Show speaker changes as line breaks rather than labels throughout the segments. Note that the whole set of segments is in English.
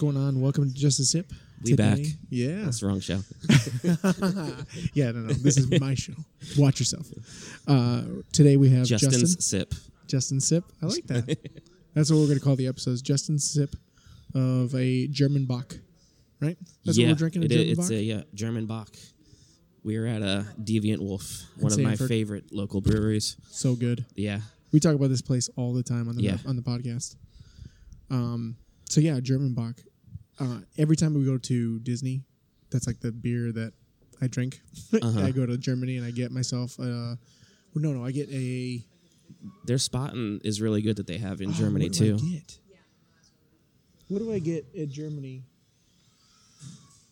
welcome to Just a Sip.
We back.
Yeah.
That's the wrong show.
yeah, no, no. This is my show. Watch yourself. Uh, today we have
Justin's
Justin.
sip.
Justin Sip. I like that. That's what we're going to call the episodes. Justin Sip of a German Bach, right? That's
yeah,
what we're drinking, a
it i-
German
it's
Bach?
a yeah, German Bach. We were at a Deviant Wolf, one of my
Sanford.
favorite local breweries.
so good.
Yeah,
We talk about this place all the time on the
Yeah.
on the podcast. Um, so yeah, German Bach. Uh, every time we go to Disney, that's like the beer that I drink.
Uh-huh.
I go to Germany and I get myself. Uh, no, no, I get a
their spotting is really good that they have in
Oh,
Germany
what do
too.
I get? What do I get at Germany?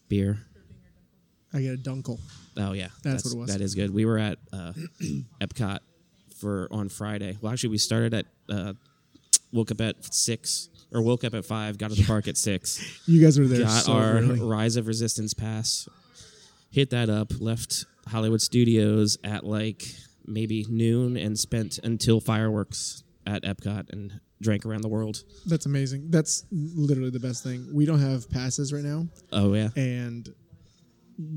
Beer.
I get a Dunkel.
Oh yeah,
That's what it was.
That is good. We were at uh, Epcot for on Friday. Well, actually, we started at uh, woke up at six or woke up at five. Got to the park at six.
You guys were there
got
so
our
early.
Rise of Resistance pass, hit that up, left Hollywood Studios at like maybe noon and spent until fireworks at Epcot and drank around the world.
That's amazing. That's literally the best thing. We don't have passes right now,
Oh yeah.
and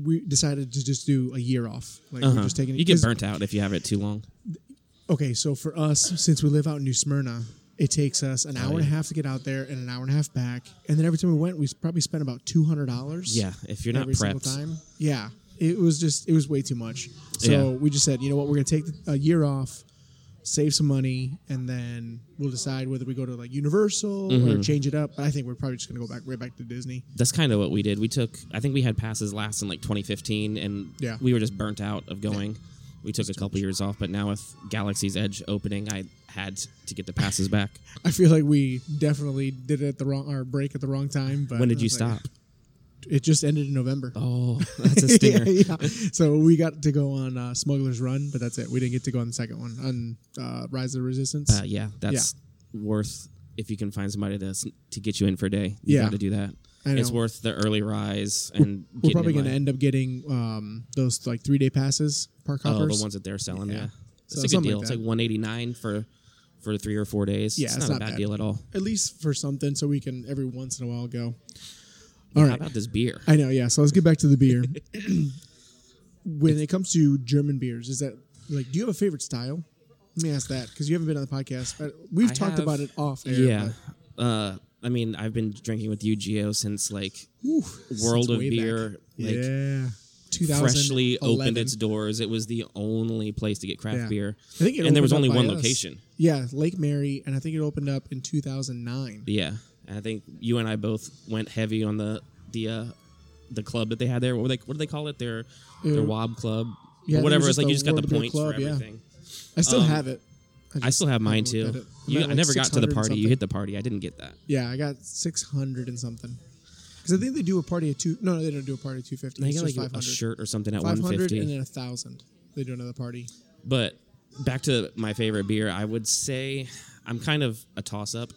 we decided to just do a year off. Like
Uh-huh.
we're just taking.
you get
'cause-
burnt out if you have it too long.
Okay, so for us, since we live out in New Smyrna, it takes us an hour and a
yeah.
half to get out there and an hour and a half back. And then every time we went, we s- probably spent about two hundred dollars.
Yeah, if you're not
every single
prepped.
time. Yeah, it was just it was way too much. So
Yeah.
we just said, you know what, we're gonna take the, a year off, save some money, and then we'll decide whether we go to like Universal
Mm-hmm.
or change it up. But I think we're probably just gonna go back right back to Disney.
That's kind of what we did. We took I think we had passes last in like 2015 and
Yeah.
we were just burnt out of going. We took a couple years off, but now with Galaxy's Edge opening, I had to get the passes back.
I feel like we definitely did it at the wrong our break at the wrong time. But
When did
I
you
was like,
stop?
It just ended in November.
Oh, that's a
yeah,
stinger.
yeah. So we got to go on uh, Smuggler's Run, but that's it. We didn't get to go on the second one on uh, Rise of the Resistance.
Uh, yeah, that's worth if you can find somebody to s- to get you in for a day. You
Yeah.
got to do that.
I
It's
know.
worth the early rise and
We're
getting
probably
in
going to
line.
end up getting um, those like three day passes, park
oh,
hoppers.
the ones that they're selling. Yeah,
Yeah.
it's
So
a good
something
deal.
like
it's
that.
like one eighty nine for for three or four days.
Yeah,
it's,
it's
not,
not
a bad
bad.
deal at all.
At least for something, so we can every once in a while go. All
How
right,
about this beer?
I know. Yeah. So let's get back to the beer. when it comes to German beers, is that like? Do you have a favorite style? Let me ask that because you haven't been on the podcast. Uh, We've
I
talked
have-
about it off air.
yeah,
but-
uh, I mean, I've been drinking with you, Geo, since like
Whew,
World
since
of
way back.
Beer, like
yeah.
freshly
2011.
opened its doors. It was the only place to get craft
Yeah.
beer,
I think it
and there was
opened
only
up
one
by us.
location.
Yeah, Lake Mary, and I think it opened up in 2009.
Yeah, and I think you and I both went heavy on the the uh, the club that they had there. What, were they, what do they call it? Their their
Uh,
Wob Club,
yeah, I think
or
it
whatever.
was just
It's like
the
you just got the
World Beer
points
Club,
for
yeah.
everything.
I still
um,
have it.
I still have mine
haven't looked
too.
at it.
You,
I'm at,
I
like,
never got to
600
the
and
party. You
something.
hit the party. I didn't get that.
Yeah, I got 600 and something. Because I think they do a party at two. No, no, they don't do a party at 250.
I
It's
got
just
like
500.
a shirt or something at
500
150.
and then a thousand. They do another party.
But back to my favorite beer, I would say I'm kind of a toss up.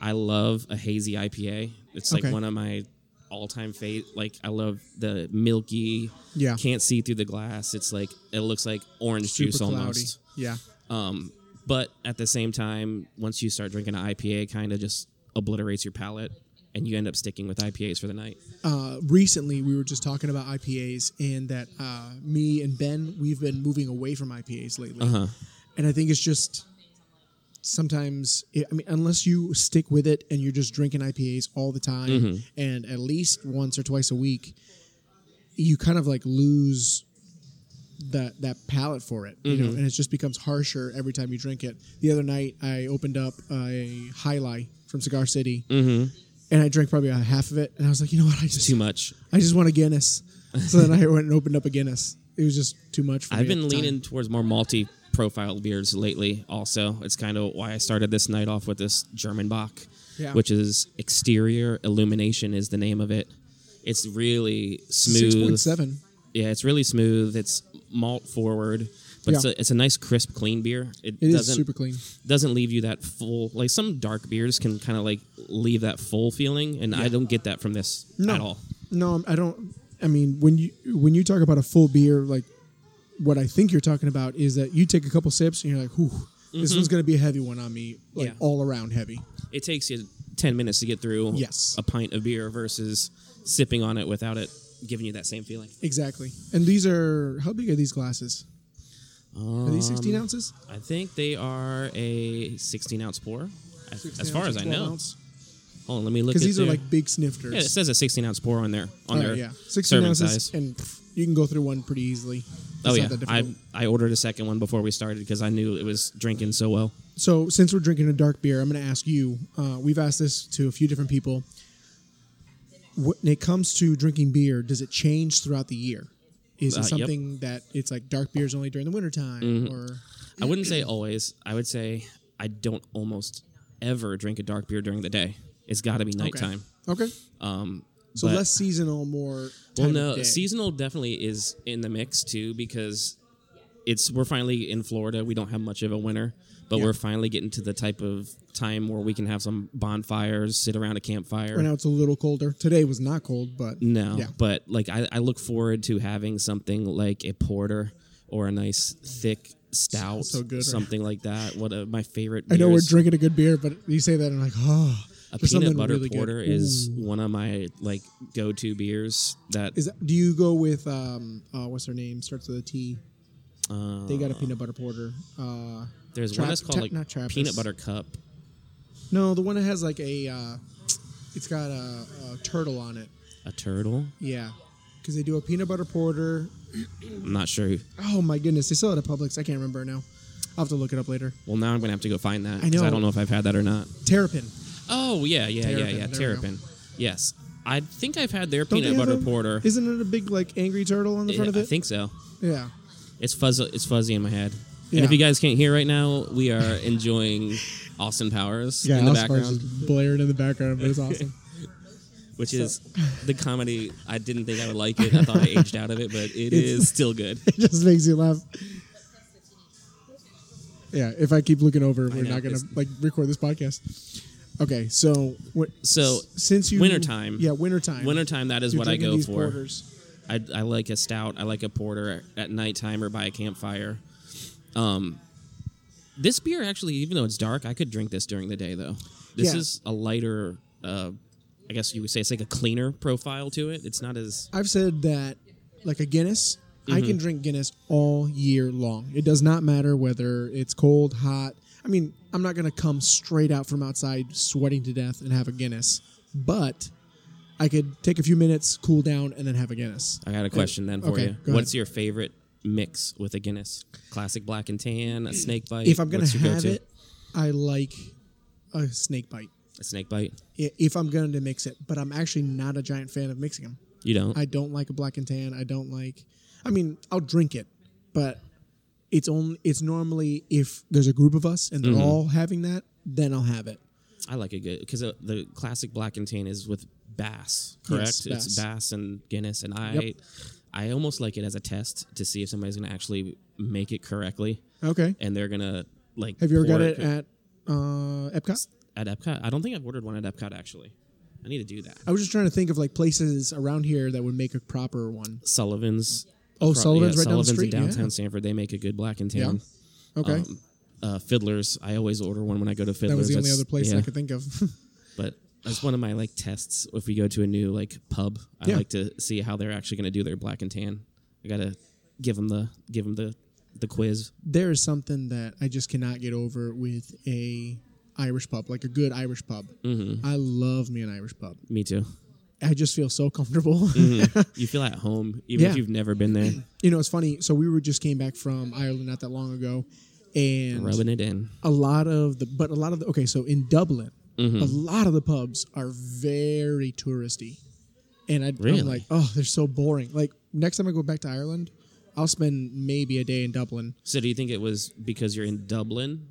I love a hazy IPA. It's like
Okay.
one of my all time fave. Like I love the milky.
Yeah.
Can't see through the glass. It's like it looks like orange juice almost.
Yeah.
Um, but at the same time, once you start drinking an IPA, it kind of just obliterates your palate, and you end up sticking with IPAs for the night.
uh, recently we were just talking about IPAs and that uh, me and Ben we've been moving away from IPAs lately,
Uh-huh.
and I think it's just sometimes I mean unless you stick with it and you're just drinking IPAs all the time
Mm-hmm.
and at least once or twice a week, you kind of like lose that that palate for it, you know,
Mm-hmm.
and it just becomes harsher every time you drink it. The other night I opened up a High Life from Cigar City. And I drank probably a half of it, and I was like, you know what? I just
Mm-hmm. Too much.
I just want a Guinness. So then I went and opened up a Guinness. It was just too much for me.
I've
at
been
the time.
leaning towards more malty profile beers lately. Also, it's kind of why I started this night off with this German Bach,
Yeah.
which is Exterior Illumination is the name of it. It's really smooth.
six point seven.
Yeah, it's really smooth. It's malt forward, but it's,
Yeah.
a, it's a nice crisp, clean beer. It,
It is
doesn't
super clean.
doesn't leave you that full. Like some dark beers can kind of like leave that full feeling, and I don't get that from this
No,
at all.
no, um, I don't. I mean, when you when you talk about a full beer, like what I think you're talking about is that you take a couple sips and you're like, "Whew, this one's going to be a heavy one on me, like
Mm-hmm. Yeah.
all around heavy."
It takes you ten minutes to get through
Yes.
a pint of beer versus sipping on it without it giving you that same feeling.
Exactly. And these are how big are these glasses? Are these 16
Um,
ounces?
I think they are a 16 ounce pour, as,
16
as far
ounce
as I
or 12
know.
ounce?
Hold on, let me look. at
Because these are
their-
like big snifters.
yeah, it says a 16 ounce pour on there
All
on their
right, yeah, 16
serving
ounces,
size.
and pff, you can go through one pretty easily. It's
Oh
not
yeah,
that difficult.
I I ordered a second one before we started because I knew it was drinking so well.
So, since we're drinking a dark beer, I'm going to ask you. Uh, we've asked this to a few different people. When it comes to drinking beer, does it change throughout the year? Is
Uh,
it
yep. Mm-hmm.
something that it's like dark beers only during the wintertime? Or
I wouldn't say always. I would say I don't almost ever drink a dark beer during the day. It's got to be nighttime.
Okay. okay.
Um,
So,
but-
less seasonal, more.
Well,
time
no,
of day.
seasonal definitely is in the mix too because it's we're finally in Florida. We don't have much of a winter, but
Yeah.
we're finally getting to the type of time where we can have some bonfires, sit around a campfire.
Right now, it's a little colder. Today was not cold, but
No,
Yeah.
but like I, I look forward to having something like a porter or a nice thick stout,
so good, right?
something like that. One of my favorite.
I know we're
beers.
drinking a good beer, but you say that and I'm like, oh,
A
there's
peanut
something
butter
really good.
porter is one of my like go to beers. That
Is that, do you go with um uh, what's her name starts with a T?
uh,
They got a peanut butter porter. Uh,
there's
Trap-
one that's called
Tra-
like
not Trappist.
peanut butter cup.
no, the one that has like a uh, it's got a, a turtle on it.
A turtle.
Yeah, because they do a peanut butter porter.
I'm not sure.
Oh my goodness, they sell it at Publix. I can't remember now. I'll have to look it up later.
Well, now I'm gonna have to go find that
I
because I,
know.
don't know if I've had that or not.
Terrapin.
Oh yeah, yeah,
Terrapin,
yeah,
there
yeah.
we go.
Terrapin. Yes, I think I've had their
Don't
peanut
they have
butter
a-
porter.
Isn't it a big like angry turtle on the front of
I
it?
think so.
yeah.
It's fuzzy. It's fuzzy in my head.
Yeah.
And if you guys can't hear right now, we are enjoying Austin Powers in the background,
just blaring in the background, but it's awesome.
which is the comedy. I didn't think I would like it. I thought I aged out of it, but it is still good.
it just makes you laugh. Yeah, if I keep looking over, we're
know,
not gonna
it's-
like record this podcast. Okay, so what,
So,
s- since you
wintertime.
yeah, wintertime,
Wintertime, that is
You're
what I
drinking
go
these
for.
Porters.
I, I like a stout. I like a porter at nighttime or by a campfire. Um, this beer actually, even though it's dark, I could drink this during the day though. This
Yeah.
is a lighter. Uh, I guess you would say it's like a cleaner profile to it. It's not as
I've said that, like a Guinness, I
Mm-hmm.
can drink Guinness all year long. It does not matter whether it's cold, hot. I mean, I'm not gonna come straight out from outside sweating to death and have a Guinness, but I could take a few minutes, cool down, and then have a Guinness.
I got a question then for
okay, go
you.
ahead.
What's your favorite mix with a Guinness? Classic black and tan, a snake bite.
if I'm gonna
What's your
have
go-to?
it, I like a snake bite.
a snake bite.
I- If I'm going to mix it, but I'm actually not a giant fan of mixing them.
You don't.
I don't like a black and tan. I don't like. I mean, I'll drink it, but it's only it's normally if there's a group of us and they're
Mm-hmm.
all having that, then I'll have it.
I like it good because the classic black and tan is with bass, correct?
Yes,
It's
Bass.
bass and Guinness, and I,
Yep.
I almost like it as a test to see if somebody's gonna actually make it correctly,
Okay.
and they're gonna like.
Have you ever got
pour
it at uh, Epcot?
at Epcot? I don't think I've ordered one at Epcot actually. I need to do that.
I was just trying to think of like places around here that would make a proper one.
Sullivan's.
Oh,
Pro-
Sullivan's
yeah,
right down the
Sullivan's
street.
in
yeah.
downtown Sanford. They make a good black and tan.
Okay.
Um, uh, Fiddlers. I always order one when I go to Fiddlers.
that was the only
That's-
other place
yeah.
I could think of.
But that's one of my like tests. If we go to a new like pub, I
Yeah.
like to see how they're actually going to do their black and tan. I gotta give them the give them the the quiz.
there is something that I just cannot get over with a Irish pub, like a good Irish pub.
Mm-hmm.
I love me an Irish pub.
Me too.
I just feel so comfortable.
You feel at home even if
Yeah.
you've never been there.
you know, it's funny. So we were just came back from Ireland not that long ago, and
Rubbing it in.
a lot of the but a lot of the okay. So in Dublin,
Mm-hmm.
a lot of the pubs are very touristy, and I,
Really?
I'm like, oh, they're so boring. Like next time I go back to Ireland, I'll spend maybe a day in Dublin.
So do you think it was because you're in Dublin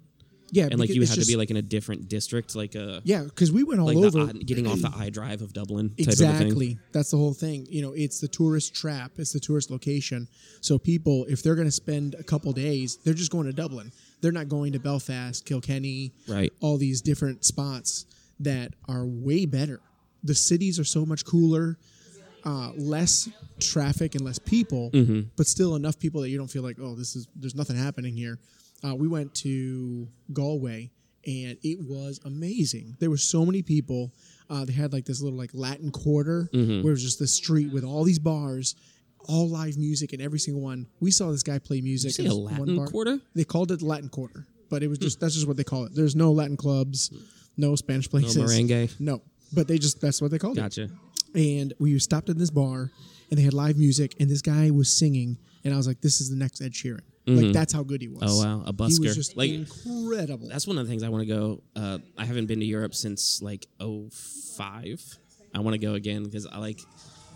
Yeah,
and like
because
you
it's
had to
just-
be like in a different district, like a
yeah, because we went all
like
over.
the, I- getting off the I drive of Dublin type of a thing.
Exactly. That's the whole thing. You know, it's the tourist trap, it's the tourist location. So people, if they're going to spend a couple days, they're just going to Dublin. They're not going to Belfast, Kilkenny,
Right.
all these different spots that are way better. The cities are so much cooler, uh, less traffic and less people,
Mm-hmm.
but still enough people that you don't feel like, oh, this is there's nothing happening here. Uh, we went to Galway and it was amazing. There were so many people. Uh, they had like this little like Latin quarter
Mm-hmm.
where it was just the street with all these bars, all live music in every single one. We saw this guy play music.
say
in
a
this one
Latin
bar.
quarter? Hmm.
They called it Latin quarter, but it was just that's just what they call it. There's no Latin clubs, no Spanish places,
merengue?
No, but they just that's what they called it
Gotcha.
and we stopped in this bar and they had live music and this guy was singing and I was like, this is the next Ed Sheeran. Like that's how good he was.
Mm-hmm. Oh, wow. A
He
busker.
was just
Like-
incredible.
That's one of the things I want to go. Uh, I haven't been to Europe since like '05. I want to go again because I like.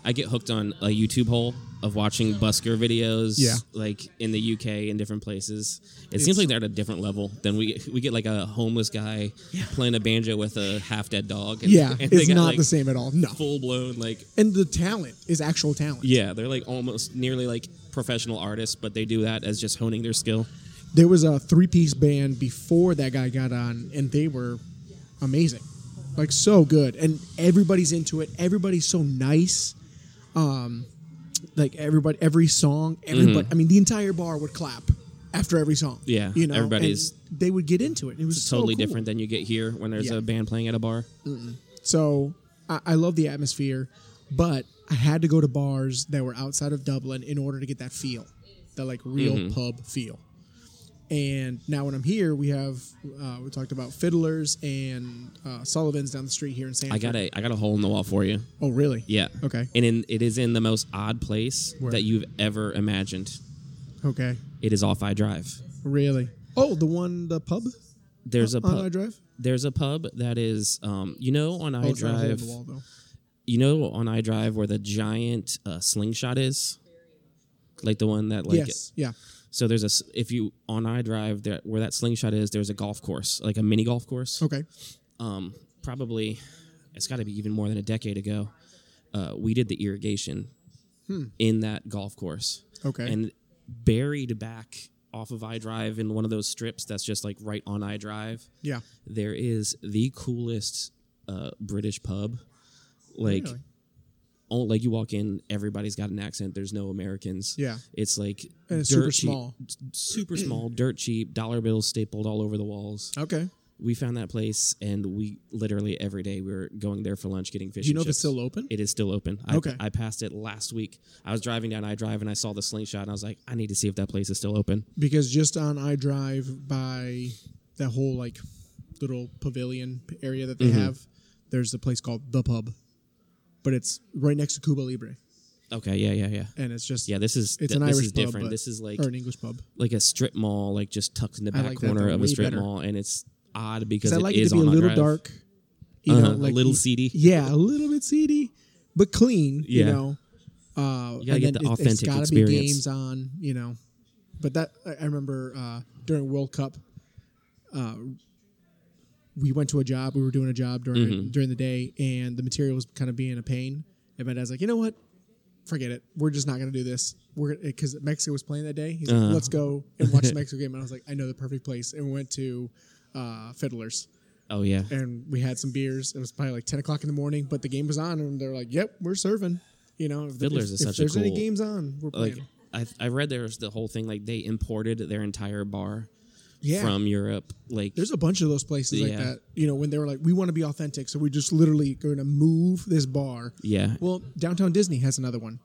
I get hooked on a YouTube hole of watching busker videos,
Yeah.
like in the UK and different places. It seems like they're at a different level than we we get like a homeless guy playing a banjo with a half dead dog. And,
yeah,
and
it's
they got,
not
like,
the same at all. No.
Full blown like
and the talent is actual talent.
yeah, they're like almost nearly like professional artists, but they do that as just honing their skill.
There was a three piece band before that guy got on and they were amazing. Like so good. And everybody's into it. Everybody's so nice. Um like everybody every song, everybody I mean the entire bar would clap after every song.
Mm-hmm. Yeah,
You know
everybody's-
and they would get into it. It was so
Totally
Oh, cool.
different than you get here when there's
Yeah.
a band playing at a bar.
So I, I love the atmosphere, but I had to go to bars that were outside of Dublin in order to get that feel, that like real
Mm-hmm.
pub feel. And now when I'm here, we have uh, we talked about Fiddlers and uh, Sullivan's down the street here in San.
I got a I got a hole in the wall for you.
Oh really?
Yeah.
Okay.
And in, it is in the most odd place
Where?
that you've ever imagined.
Okay.
It is off I Drive.
Really? Oh, the one the pub
There's a
on I
pub.
Drive.
There's a pub that is, um, you know, on I
Oh, it's not on
Drive.
the wall though.
You know, on I Drive where the giant uh, slingshot is, like the one that like.
yes. Yeah.
So there's a s- if you on I Drive there where that slingshot is, there's a golf course, like a mini golf course.
Okay.
um, probably it's got to be even more than a decade ago. Uh, we did the irrigation
Hmm.
in that golf course.
Okay.
And buried back off of I Drive in one of those strips that's just like right on I Drive,
Yeah.
there is the coolest uh, British pub. Like,
Really?
all, like you walk in, everybody's got an accent. There's no Americans.
Yeah.
It's like
And it's super
dirt cheap-
small.
super small, dirt cheap, dollar bills stapled all over the walls
Okay.
we found that place and we literally every day we were going there for lunch getting fish
Do you know
and
if it's
chips.
still open?
it is still open I,
Okay.
i passed it last week i was driving down i drive and i saw the slingshot and i was like i need to see if that place is still open
because just on I Drive by that whole like little pavilion area that they
Mm-hmm.
have, there's a place called the Pub, but it's right next to Cuba Libre,
okay yeah yeah yeah
and it's just
yeah this is
it's
th-
an
this
Irish
is
pub,
different
but-
this is like
or an English pub.
like a strip mall like just tucked in the back
like that
corner
though,
of a
way
strip
better.
mall and it's odd
Because
because
I
it
like it
is
to be a
on I
little
Drive.
dark, you
Uh-huh,
know,
a
like
little seedy.
Yeah, a little bit seedy, but clean. You
Yeah.
know, uh, and
You gotta get
then
the
it- it's
authentic
gotta be
experience.
games on. You know, but that I I remember uh, during World Cup, uh, we went to a job. We were doing a job during
Mm-hmm.
during the day, and the material was kind of being a pain. And my dad's like, you know what? Forget it. We're just not gonna do this. We're because Mexico was playing that day. He's
Uh-huh.
like, let's go and watch the Mexico game. And I was like, I know the perfect place. And we went to uh, Fiddlers
oh yeah
and we had some beers. It was probably like ten o'clock in the morning, but the game was on, and they're like, "Yep, we're serving." You know, if,
Fiddlers
if,
is
if
such a
there's any
cool-
games on, we're playing.
like I, I read there's the whole thing like they imported their entire bar
yeah,
from europe like
there's a bunch of those places like
Yeah.
that. You know, when they were like, "We want to be authentic," so we're just literally going to move this bar.
yeah
Well, downtown Disney has another one.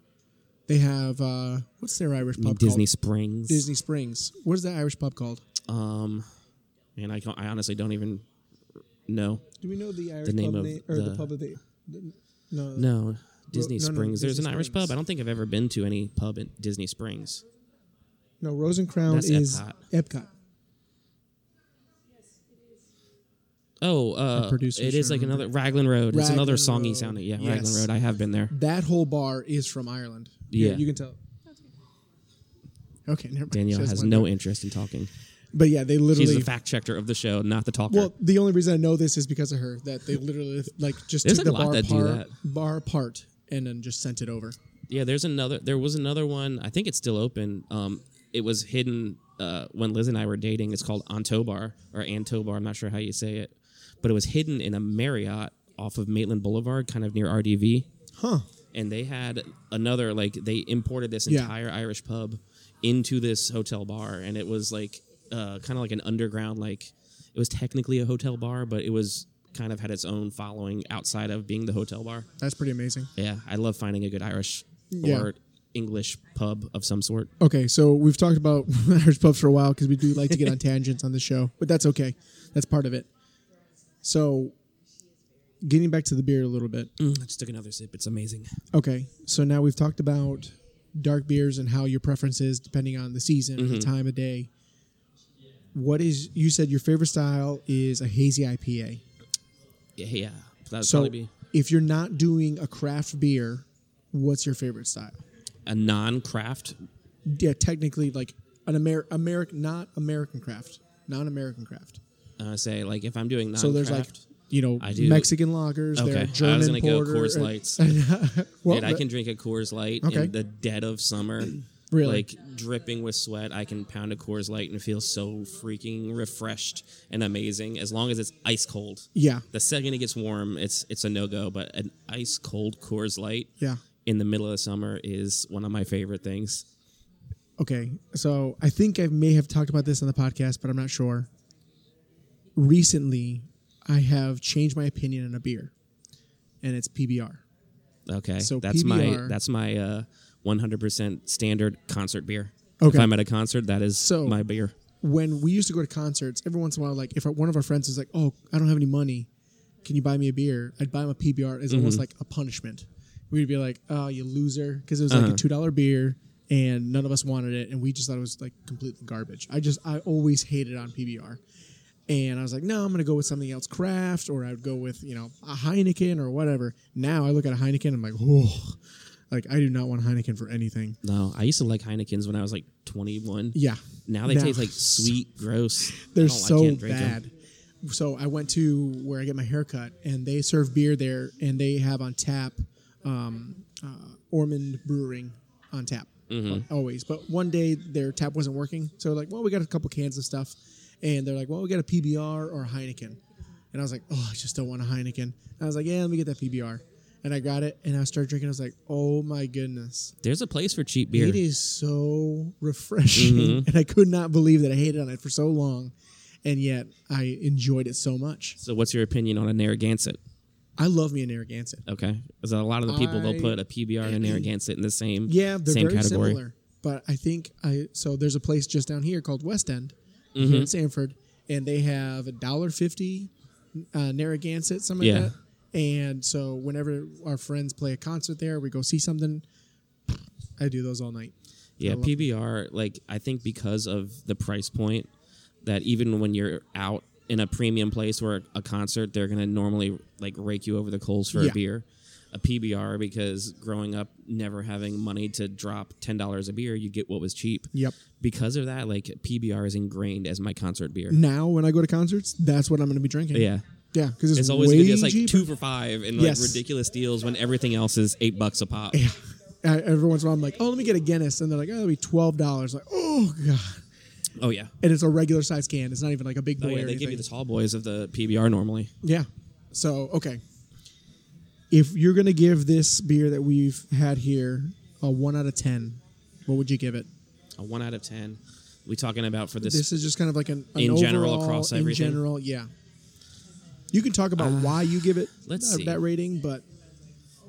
They have uh, what's their Irish pub
Mm, disney
called?
springs
Disney Springs. What is that Irish pub called?
Um, man, I can't, I honestly don't even know.
Do we know the Irish
The name
pub
of
name or the,
the-
pub of the? the- No,
No, Disney
no, no,
Springs. There's
Disney
an Irish
Springs.
pub. I don't think I've ever been to any pub in Disney Springs.
no. Rosencrown
That's
is
Epcot.
Epcot.
Oh, uh,
producer's
it is
trying
like
to
another Raglan Road. It's another
Raglan
songy
Road.
sounding. Yeah,
Yes.
Raglan Road. I have been there.
That whole bar is from Ireland.
Yeah.
you can tell. Okay, never mind.
Danielle
She
has
one
no
thing.
interest in talking.
But yeah, they
She's
literally.
the fact checker of the show, not the talker.
well, the only reason I know this is because of her. That they literally like just
There's,
took the
like, a lot
bar
that do
par-
that.
bar part and then just sent it over.
yeah, there's another. There was another one. I think it's still open. Um, it was hidden uh, when Liz and I were dating. It's called Antobar or Antobar. I'm not sure how you say it, but it was hidden in a Marriott off of Maitland Boulevard, kind of near RDV.
Huh?
and they had another like they imported this
Yeah.
entire Irish pub into this hotel bar, and it was like uh, kind of like an underground like It was technically a hotel bar, but it was kind of had its own following outside of being the hotel bar.
That's pretty amazing.
Yeah, I love finding a good Irish
Yeah.
or English pub of some sort.
Okay, so we've talked about Irish pubs for a while because we do like to get on tangents on the show, but that's okay. That's part of it. So, getting back to the beer a little bit.
Mm, I just took another sip. It's amazing.
Okay, so now we've talked about dark beers and how your preference is depending on the season or the
Mm-hmm.
time of day. What is you said your favorite style is a hazy IPA?
Yeah, yeah. That would
So,
probably be
if you're not doing a craft beer, what's your favorite style?
a non-craft.
Yeah, technically, like an Amer- American, not American craft, non-American craft.
Uh, say like if I'm doing non-craft,
So there's like you know
I do-
Mexican lagers,
Okay,
there
I
are
was
German
gonna go
porter.
Coors Lights.
well,
Dude, I can drink a Coors Light
Okay.
in the dead of summer.
Really?
Like dripping with sweat, I can pound a Coors Light and feel so freaking refreshed and amazing as long as it's ice cold.
yeah,
The second it gets warm, it's it's a no go. But an ice cold Coors Light
yeah.
in the middle of the summer is one of my favorite things.
Okay, so I think I may have talked about this on the podcast, but I'm not sure. Recently, I have changed my opinion on a beer, and it's PBR.
Okay,
So
that's my
PBR
that's my uh, 100% standard concert beer.
Okay.
If I'm at a concert, that is
So-
my beer.
When we used to go to concerts, every once in a while, like if one of our friends was like, "Oh, I don't have any money, can you buy me a beer?" I'd buy him a PBR as almost like a punishment. We'd be like, "Oh, you loser," because it was like a two dollar beer, and none of us wanted it, and we just thought it was like completely garbage. I just I always hated on PBR. And I was like, no, I'm going to go with something else, craft, or I would go with, you know, a Heineken or whatever. Now I look at a Heineken, I'm like, oh, like I do not want Heineken for anything.
No, I used to like Heinekens when I was like 21.
Yeah.
Now they
Now-
taste like sweet, gross.
They're
Oh, I
so
can't drink 'em.
bad. So I went to where I get my haircut, and they serve beer there, and they have on tap um, uh, Ormond Brewing on tap
Mm-hmm.
always. But one day their tap wasn't working, so they're like, "Well, we got a couple cans of stuff," and they're like, "Well, we got a PBR or a Heineken," and I was like, "Oh, I just don't want a Heineken." And I was like, "Yeah, let me get that PBR," and I got it, and I started drinking. I was like, "Oh my goodness."
There's a place for cheap beer.
It is so refreshing,
Mm-hmm.
and I could not believe that I hated on it for so long, and yet I enjoyed it so much.
So, what's your opinion on a Narragansett?
I love me a Narragansett.
Okay, because a lot of the people
I-
they'll put a PBR and a Narragansett in the same
Yeah, they're
same
very
category.
similar, but I think I so there's a place just down here called West End
Mm-hmm.
here in Sanford, and they have a dollar fifty uh, Narragansett, something
Yeah.
like that. And so whenever our friends play a concert there, we go see something. I do those all night.
Yeah,
love-
PBR. Like I think because of the price point, that even when you're out in a premium place or a concert, they're gonna normally like rake you over the coals for
Yeah.
a beer. A PBR because growing up never having money to drop ten dollars a beer, you get what was cheap.
Yep.
Because of that, like PBR is ingrained as my concert beer.
Now when I go to concerts, that's what I'm going to be drinking.
Yeah.
yeah, because it's,
It's always
way
good. It's like
cheaper.
two for five and
Yes.
like ridiculous deals when everything else is eight bucks a pop.
Yeah. I, e, every once in a while, I'm like, oh, let me get a Guinness. And they're like, oh, that'll be $12. Like, oh, God.
Oh yeah.
And it's a regular size can. It's not even like a big boy
Oh, yeah,
or
they
anything.
give you the tall boys of the PBR normally.
yeah. So, okay. If you're going to give this beer that we've had here a 1 out of 10, what would you give it?
A one out of ten. We talking about for this?
This is just kind of like an, an
In general,
overall-
across
in
everything? Uh,
general, yeah. You can talk about why you give it
let's
that,
see.
that rating, but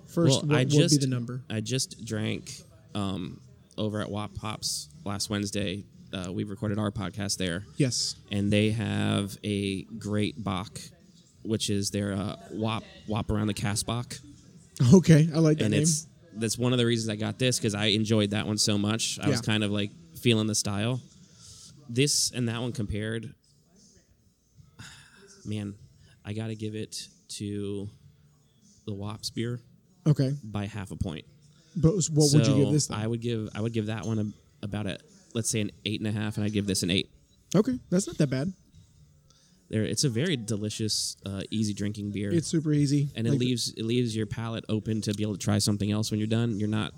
first, what
I
would
just
be the number?
I just drank um, over at Wop Pops last Wednesday. Uh, we recorded our podcast there,
Yes.
and they have a great Bach, which is their uh, Wop Wop around the cast Bach.
Okay. I like that
and
name.
it's that's one of the reasons I got this because I enjoyed that one so much. I was
Yeah.
kind of like feeling the style. This and that one compared, man, I got to give it to the Wops beer
Okay.
by half a point.
But what would you
So
give this? Then?
I would give I would give that one a, about a let's say an eight and a half, and I'd give this an eight.
okay. That's not that bad.
There, it's a very delicious, uh, easy drinking beer.
It's super easy,
and it
Like,
leaves it leaves your palate open to be able to try something else when you're done. You're not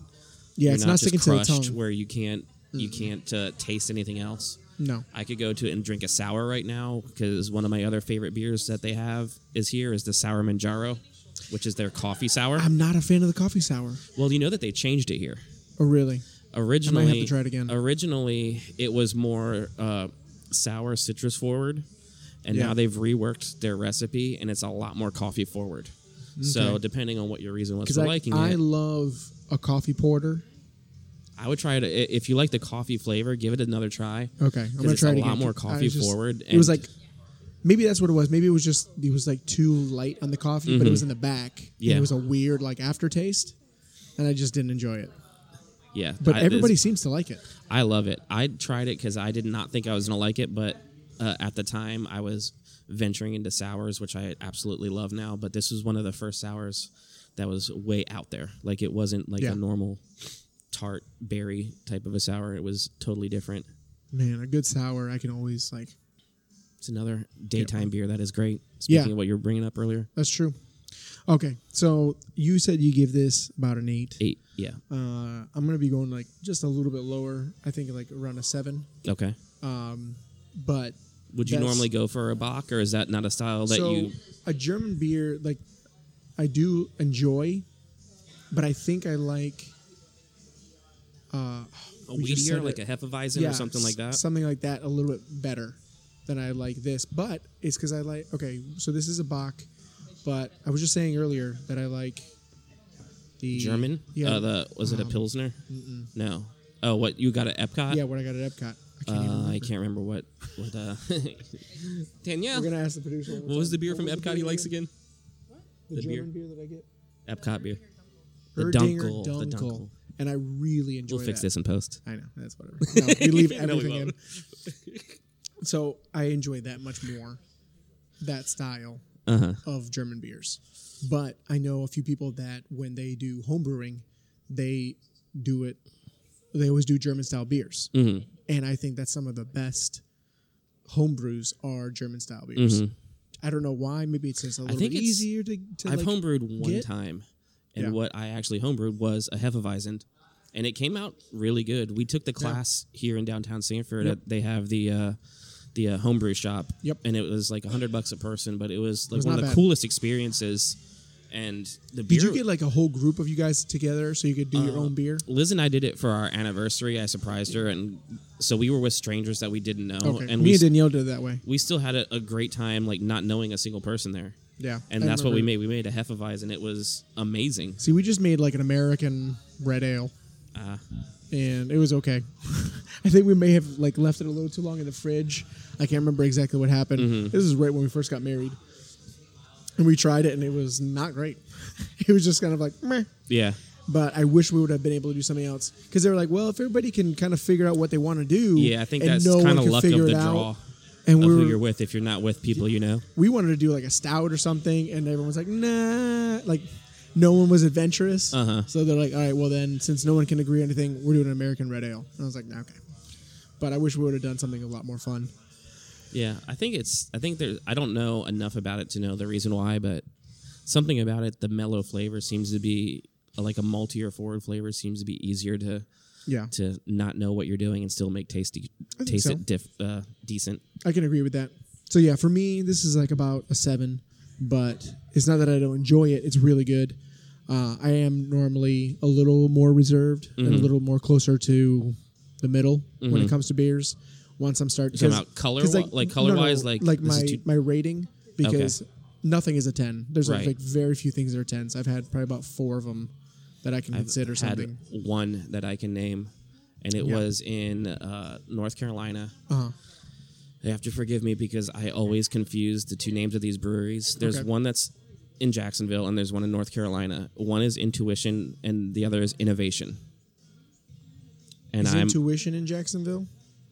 Yeah,
You're
it's not,
just
sticking to the
crushed
tongue. Mm.
where you can't you can't uh, taste anything else.
no.
I could go to it and drink a sour right now because one of my other favorite beers that they have is here is the Sour Manjaro, which is their coffee sour.
I'm not a fan of the coffee sour.
well, you know that they changed it here.
Oh, really?
Originally,
try it again.
Originally, it was more uh, sour citrus forward, and
Yeah.
now they've reworked their recipe, and it's a lot more coffee forward. So depending on what your reason was
Because
for
I,
liking
I
it,
love a coffee porter.
I would try it i- if you like the coffee flavor, give it another try.
Okay, I'm
'Cause
gonna
it's
try
a
it
lot
again.
more
I
coffee
just-
forward.
It was
and-
like maybe that's what it was. Maybe it was just it was like too light on the coffee, but it was in the back. and
Mm-hmm. Yeah.
it was a weird like aftertaste, and I just didn't enjoy it.
yeah,
But
I-
everybody
it's-
seems to like it.
I love it. I tried it because I did not think I was gonna like it, but uh, at the time I was venturing into sours, which I absolutely love now. But this was one of the first sours that was way out there. Like it wasn't like
Yeah.
a normal tart berry type of a sour. It was totally different.
Man, a good sour I can always like.
It's another daytime beer that is great.
Yeah.
Speaking of what you were bringing up earlier,
That's true. Okay, so you said you give this about an eight.
eight. Yeah.
Uh, I'm gonna be going like just a little bit lower. I think like around a seven.
Okay.
But
Would you
that's-
normally go for a Bach, or is that not a style that
so
you?
a German beer like I do enjoy, but I think I like
a
we just
wheatier,
said
like
it.
a Hefeweizen or something like
s-
that.
Something like that, a little bit better than I like this. But it's because I like. Okay, so this is a Bach, but I was just saying earlier that I like the
German?
Yeah, Um,
Uh, the was it a Pilsner? No. Oh, what you got at Epcot?
yeah. What I got at Epcot. I can't even
Uh,
remember.
I can't remember what what. Uh, Danielle,
We're gonna ask the producer. one more
what was
time.
the beer from
was
Epcot he likes again?
The,
the
German beer. that I get.
Epcot beer. The
Erdinger
Dunkel, the Dunkel.
And I really enjoy
We'll fix
that.
this in post.
I know that's whatever. No, we leave
No, we
everything in.
won't.
So I enjoy that much more, that style
Uh-huh.
of German beers. But I know a few people that when they do home brewing, they do it. They always do German style beers,
Mm-hmm.
and I think that's some of the best home brews are German style beers. I don't know why. Maybe it's just a little
Mm-hmm. think
bit
it's-
easier to. to
I've
like,
homebrewed one
get-
time, and
Yeah.
what I actually homebrewed was a Hefeweizen, and it came out really good. We took the class here in downtown Sanford. Uh, They have the uh, the uh, homebrew shop.
Yep.
And it was like hundred bucks a person, but it was like
was
one
not
of the
bad.
coolest experiences. And the
Did
beer,
you get like a whole group of you guys together so you could do your
Uh,
own beer?
Liz and I did it for our anniversary. I surprised her, and so we were with strangers that we didn't know,
Okay.
and
Me
we
and Danielle did it that way.
we still had a, a great time, like not knowing a single person there.
Yeah,
and
I
that's what we
remember.
made. We made a Hefeweizen. It was amazing.
See, we just made like an American red ale,
Uh-huh.
and it was okay. I think we may have like left it a little too long in the fridge. I can't remember exactly what happened.
Mm-hmm.
This is right when we first got married, and we tried it, and it was not great. it was just kind of like meh.
Yeah,
But I wish we would have been able to do something else because they were like, well, if everybody can kind of figure out what they want to do,
yeah. I think
and
that's
no one
kind of
can
luck of
figure
the
it out,
draw
and
of
we
who
were-
you're with. If you're not with people you know,
we wanted to do like a stout or something, and everyone's like, nah, like no one was adventurous.
Uh-huh.
So they're like, all right, well then, since no one can agree on anything, we're doing an American red ale. And I was like, nah, okay. But I wish we would have done something a lot more fun.
yeah. I think it's. I think there's. I don't know enough about it to know the reason why, but something about it. The mellow flavor seems to be like a maltier forward flavor seems to be easier to
Yeah,
to not know what you're doing and still make tasty
think
taste
so.
it diff, uh, decent.
I can agree with that. So yeah, for me, this is like about a seven, but it's not that I don't enjoy it. It's really good. Uh, I am normally a little more reserved and
Mm-hmm.
a little more closer to the middle when it comes to beers. Once I'm starting,
talking about color- like color-wise, like,
like
this is
my
too-
my rating because nothing is a ten. There's
Right.
like, very few things that are tens. I've had probably about four of them that I can consider
had
something.
one that I can name, and it
Yeah.
was in uh, North Carolina.
Uh-huh.
They have to forgive me because I always confuse the two names of these breweries. There's
Okay.
one that's in Jacksonville, and there's one in North Carolina. One is Intuition, and the other is Innovation. And
Is
I'm
intuition in Jacksonville?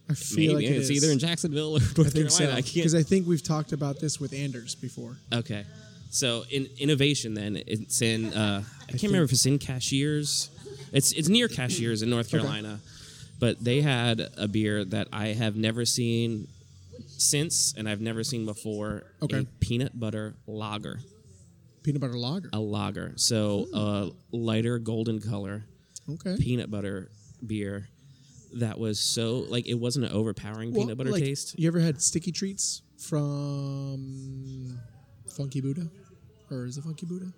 I
maybe
feel like it is.
it's either in Jacksonville or North
I think
Carolina. I
so
can't
because I think we've talked about this with Anders before.
Okay. So in innovation, then it's in. Uh, I can't remember if it's in Cashiers. It's it's near Cashiers in North Carolina, but they had a beer that I have never seen since, and I've never seen before.
Okay.
A peanut butter lager,
Peanut butter lager.
a lager. So a lighter golden color
Okay.
peanut butter beer that was so like it wasn't an overpowering
Well,
peanut butter
like,
taste.
You ever had sticky treats from Funky Buddha, or is it Funky Buddha?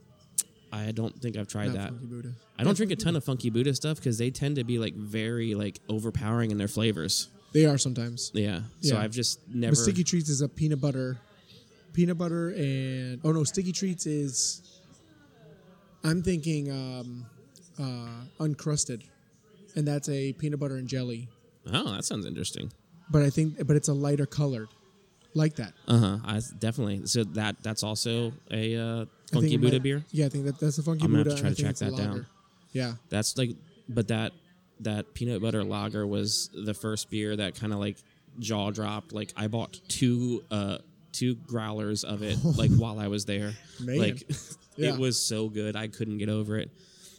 I don't think I've tried
Not
that.
Funky Buddha.
I don't drink a ton of funky Buddha stuff because they tend to be like very like overpowering in their flavors.
They are sometimes.
Yeah. So
Yeah.
I've just never.
But Sticky Treats is a peanut butter, peanut butter and oh no, Sticky Treats is. I'm thinking um, uh, uncrusted, and that's a peanut butter and jelly.
Oh, that sounds interesting.
But I think, but it's a lighter colored, like that.
Uh huh. I definitely. So that that's also a
I
uh,
think
funky
it
Buddha
might-
beer.
Yeah, I think that that's the funky
I'm gonna
Buddha.
have to try
and
to
I
track
think it's a
that down.
lager. Yeah,
That's like, but that that peanut butter lager was the first beer that kind of like jaw dropped. Like I bought two uh two growlers of it like while I was there.
Man.
Like
Yeah.
it was so good, I couldn't get over it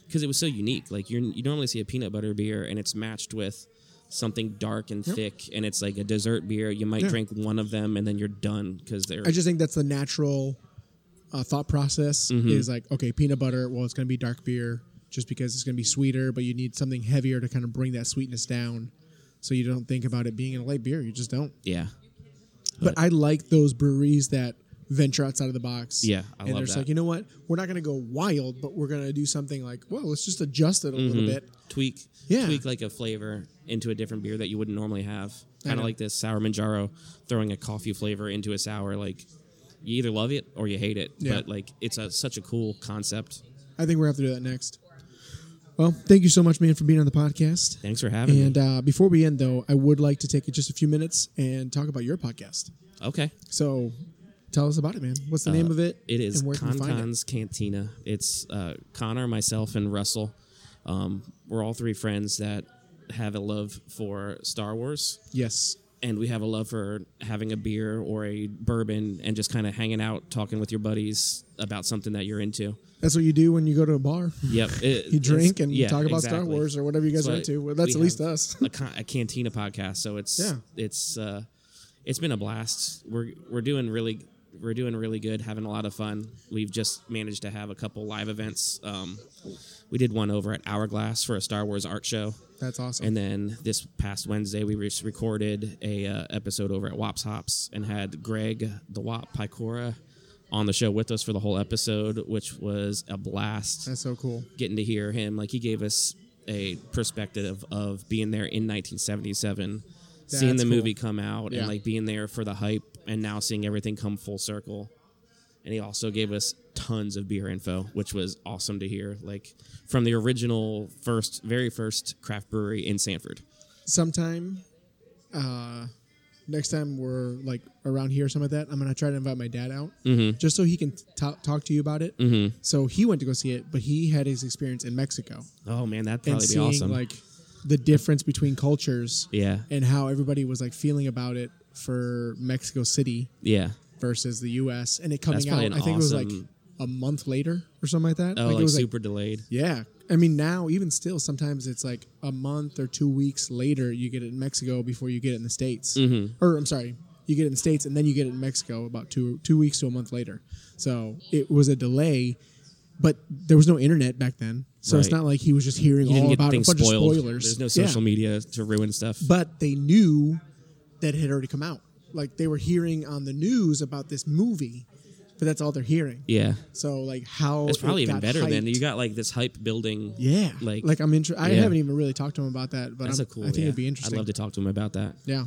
because it was so unique. Like you you normally see a peanut butter beer and it's matched with something dark and thick and it's like a dessert beer you might
Yeah.
drink one of them and then you're done because they're
I just think that's the natural uh, thought process.
Mm-hmm.
Is like okay, peanut butter. Well, it's gonna be dark beer just because it's gonna be sweeter, but you need something heavier to kind of bring that sweetness down. So you don't think about it being in a light beer. You just don't.
yeah
But I like those breweries that venture outside of the box.
Yeah, I
and
love
they're just
that.
like, you know what? We're not gonna go wild, but we're gonna do something like, well, let's just adjust it a little
Mm-hmm.
bit.
tweak
Yeah.
tweak like a flavor into a different beer that you wouldn't normally have. Kind
know.
of like this sour Manjaro throwing a coffee flavor into a sour. Like you either love it or you hate it.
Yeah.
But like it's a, such a cool concept.
I think we're gonna have to do that next. Well, thank you so much, man, for being on the podcast.
Thanks for having
And uh, before we end, though, I would like to take just a few minutes and talk about your podcast.
me. Okay.
So tell us about it, man. What's the name of it?
Uh, It is
And where can we find it?
Concon's Cantina. It's uh, Connor, myself, and Russell. Um, we're all three friends that have a love for Star Wars.
Yes.
and we have a love for having a beer or a bourbon and just kind of hanging out talking with your buddies about something that you're into
That's what you do when you go to a bar.
yep it-
You drink
it's-
and
yeah,
talk about Star
exactly.
Wars or whatever you guys
So
are into. Well, that's
we
at least
have
us.
a, con- a cantina podcast so it's
Yeah.
it's uh it's been a blast we're we're doing really we're doing really good having a lot of fun we've just managed to have a couple live events um we did one over at hourglass for a star wars art show
That's awesome.
and then this past Wednesday, we re- recorded a uh, episode over at Wops Hops and had Greg the Wop Picora on the show with us for the whole episode, which was a blast.
that's so cool.
Getting to hear him, like he gave us a perspective of being there in 1977, seeing
That's
the
cool.
movie come out,
Yeah.
and like being there for the hype, and now seeing everything come full circle. And he also gave us tons of beer info, which was awesome to hear. Like from the original first, very first craft brewery in Sanford.
Sometime, uh, next time we're like around here or something like that, I'm gonna try to invite my dad out
Mm-hmm.
just so he can t- talk to you about it. Mm-hmm. So he went to go see it, but he had his experience in Mexico.
Oh man, that'd
and
probably be
seeing
awesome.
like the difference between cultures
yeah,
and how everybody was like feeling about it for Mexico City
yeah.
versus the US and it coming
That's
out I
probably an
think it was like
awesome-
a month later or something like that
Oh,
like,
like,
it was
super delayed.
yeah I mean now even still sometimes it's like a month or 2 weeks later you get it in Mexico before you get it in the states
Mm-hmm.
or I'm sorry you get it in the states and then you get it in Mexico about 2 2 weeks to a month later so it was a delay but there was no internet back then so it's
Right.
not like he was just hearing
You
all
didn't get
about a
things
bunch
spoiled.
of spoilers
There's no
Yeah
social media to ruin stuff.
but they knew that it had already come out. Like they were hearing on the news about this movie, but that's all they're hearing.
yeah,
So like how
it's probably
it
even
got
better than
hyped.
you got like this hype building.
Yeah,
like,
like I'm interested. I
yeah.
haven't even really talked to him about that, but
that's
I'm,
a cool.
I think
yeah.
it'd be interesting.
I'd love to talk to him about that.
Yeah,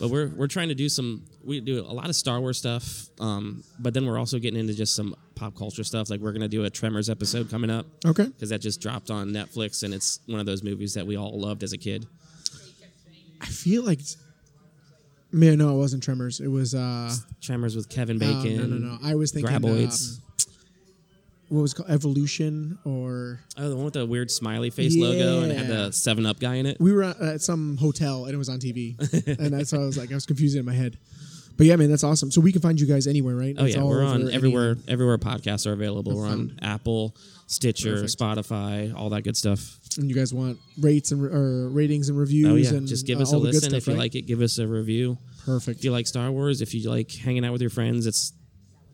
But we're we're trying to do some. We do a lot of Star Wars stuff, um, but then we're also getting into just some pop culture stuff. Like we're gonna do a Tremors episode coming up.
Okay.
Because that just dropped on Netflix, and it's one of those movies that we all loved as a kid.
I feel like man, no, it wasn't Tremors. It was uh,
Tremors with Kevin
uh,
Bacon.
no, no, no. I was thinking
Graboids.
um, what was it called Evolution or
Oh, the one with the weird smiley face logo and it had
Yeah.
the Seven Up guy in it.
we were at some hotel and it was on TV, and that's why I was like I was confused in my head. But yeah, man, that's awesome. So we can find you guys anywhere, right?
Oh yeah, we're on everywhere. Everywhere podcasts are available. We're on Apple, Stitcher,
Perfect.
Spotify, all that good stuff.
And you guys want rates and re- or ratings and reviews?
Oh yeah,
and,
just give
uh,
us a
all the good
listen
stuff,
if you
right?
like it. Give us a review.
Perfect.
If you like Star Wars, if you like hanging out with your friends, it's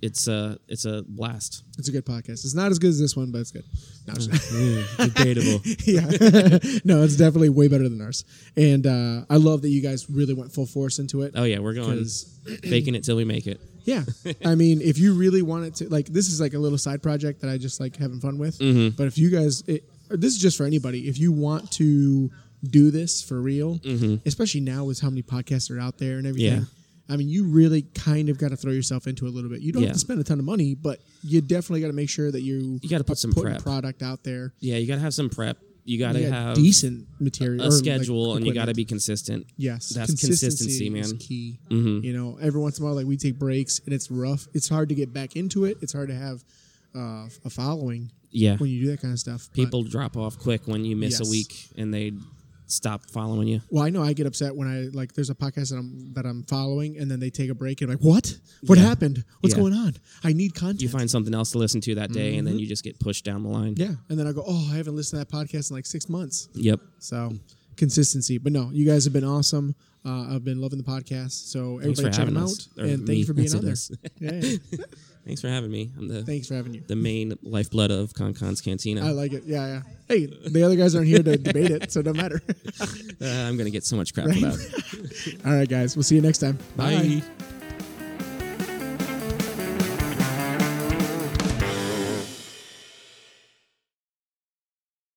it's a it's a blast.
It's a good podcast. It's not as good as this one, but it's good. No, I'm just-
Debatable.
yeah, no, it's definitely way better than ours. And uh, I love that you guys really went full force into it.
Oh yeah, we're going
'Cause-
faking it till we make it.
Yeah, I mean, if you really wanted to, like, this is like a little side project
Mm-hmm.
that I just like having fun with. But if you guys, it, this is just for anybody. If you want to do this for real, especially now with how many podcasts are out there and everything.
Mm-hmm. Yeah.
I mean, you really kind of got to throw yourself into it a little bit. You don't
Yeah.
have to spend a ton of money, but you definitely got to make sure that you
You gotta
are
put some
putting
prep.
product out there.
Yeah, you gotta have some prep. You gotta
You got
have
decent material,
a
or, like,
schedule, and you gotta
equipment.
be consistent.
Yes,
that's consistency,
is
man. Mm-hmm.
key. You know, every once in a while, like we take breaks, and it's rough. It's hard to get back into it. It's hard to have uh, a following
Yeah,
when you do that kind of stuff. But-
people drop off quick when you miss
Yes.
a week and they stop following you.
well, I know I get upset when I like. There's a podcast that I'm that I'm following, and then they take a break, and I'm like, what? What
Yeah.
happened? What's
Yeah.
going on? I need content.
You find something else to listen to that day, and then you just get pushed down the line.
Mm-hmm. yeah, and then I go, oh, I haven't listened to that podcast in like six months.
Yep.
So
Mm.
consistency. But no, you guys have been awesome. Uh, I've been loving the podcast. So
Thanks
everybody
for
check
having
them out,
us. Or
and thank
me.
you for being
That's
on there.
it is.
Yeah, yeah.
Thanks for having me. I'm the
thanks for having you.
the main lifeblood of Concon's Cantina.
I like it. Yeah, yeah. Hey, the other guys aren't here to debate it, so it don't matter.
uh, I'm gonna get so much crap for that.
All right, guys. We'll see you next time.
Bye.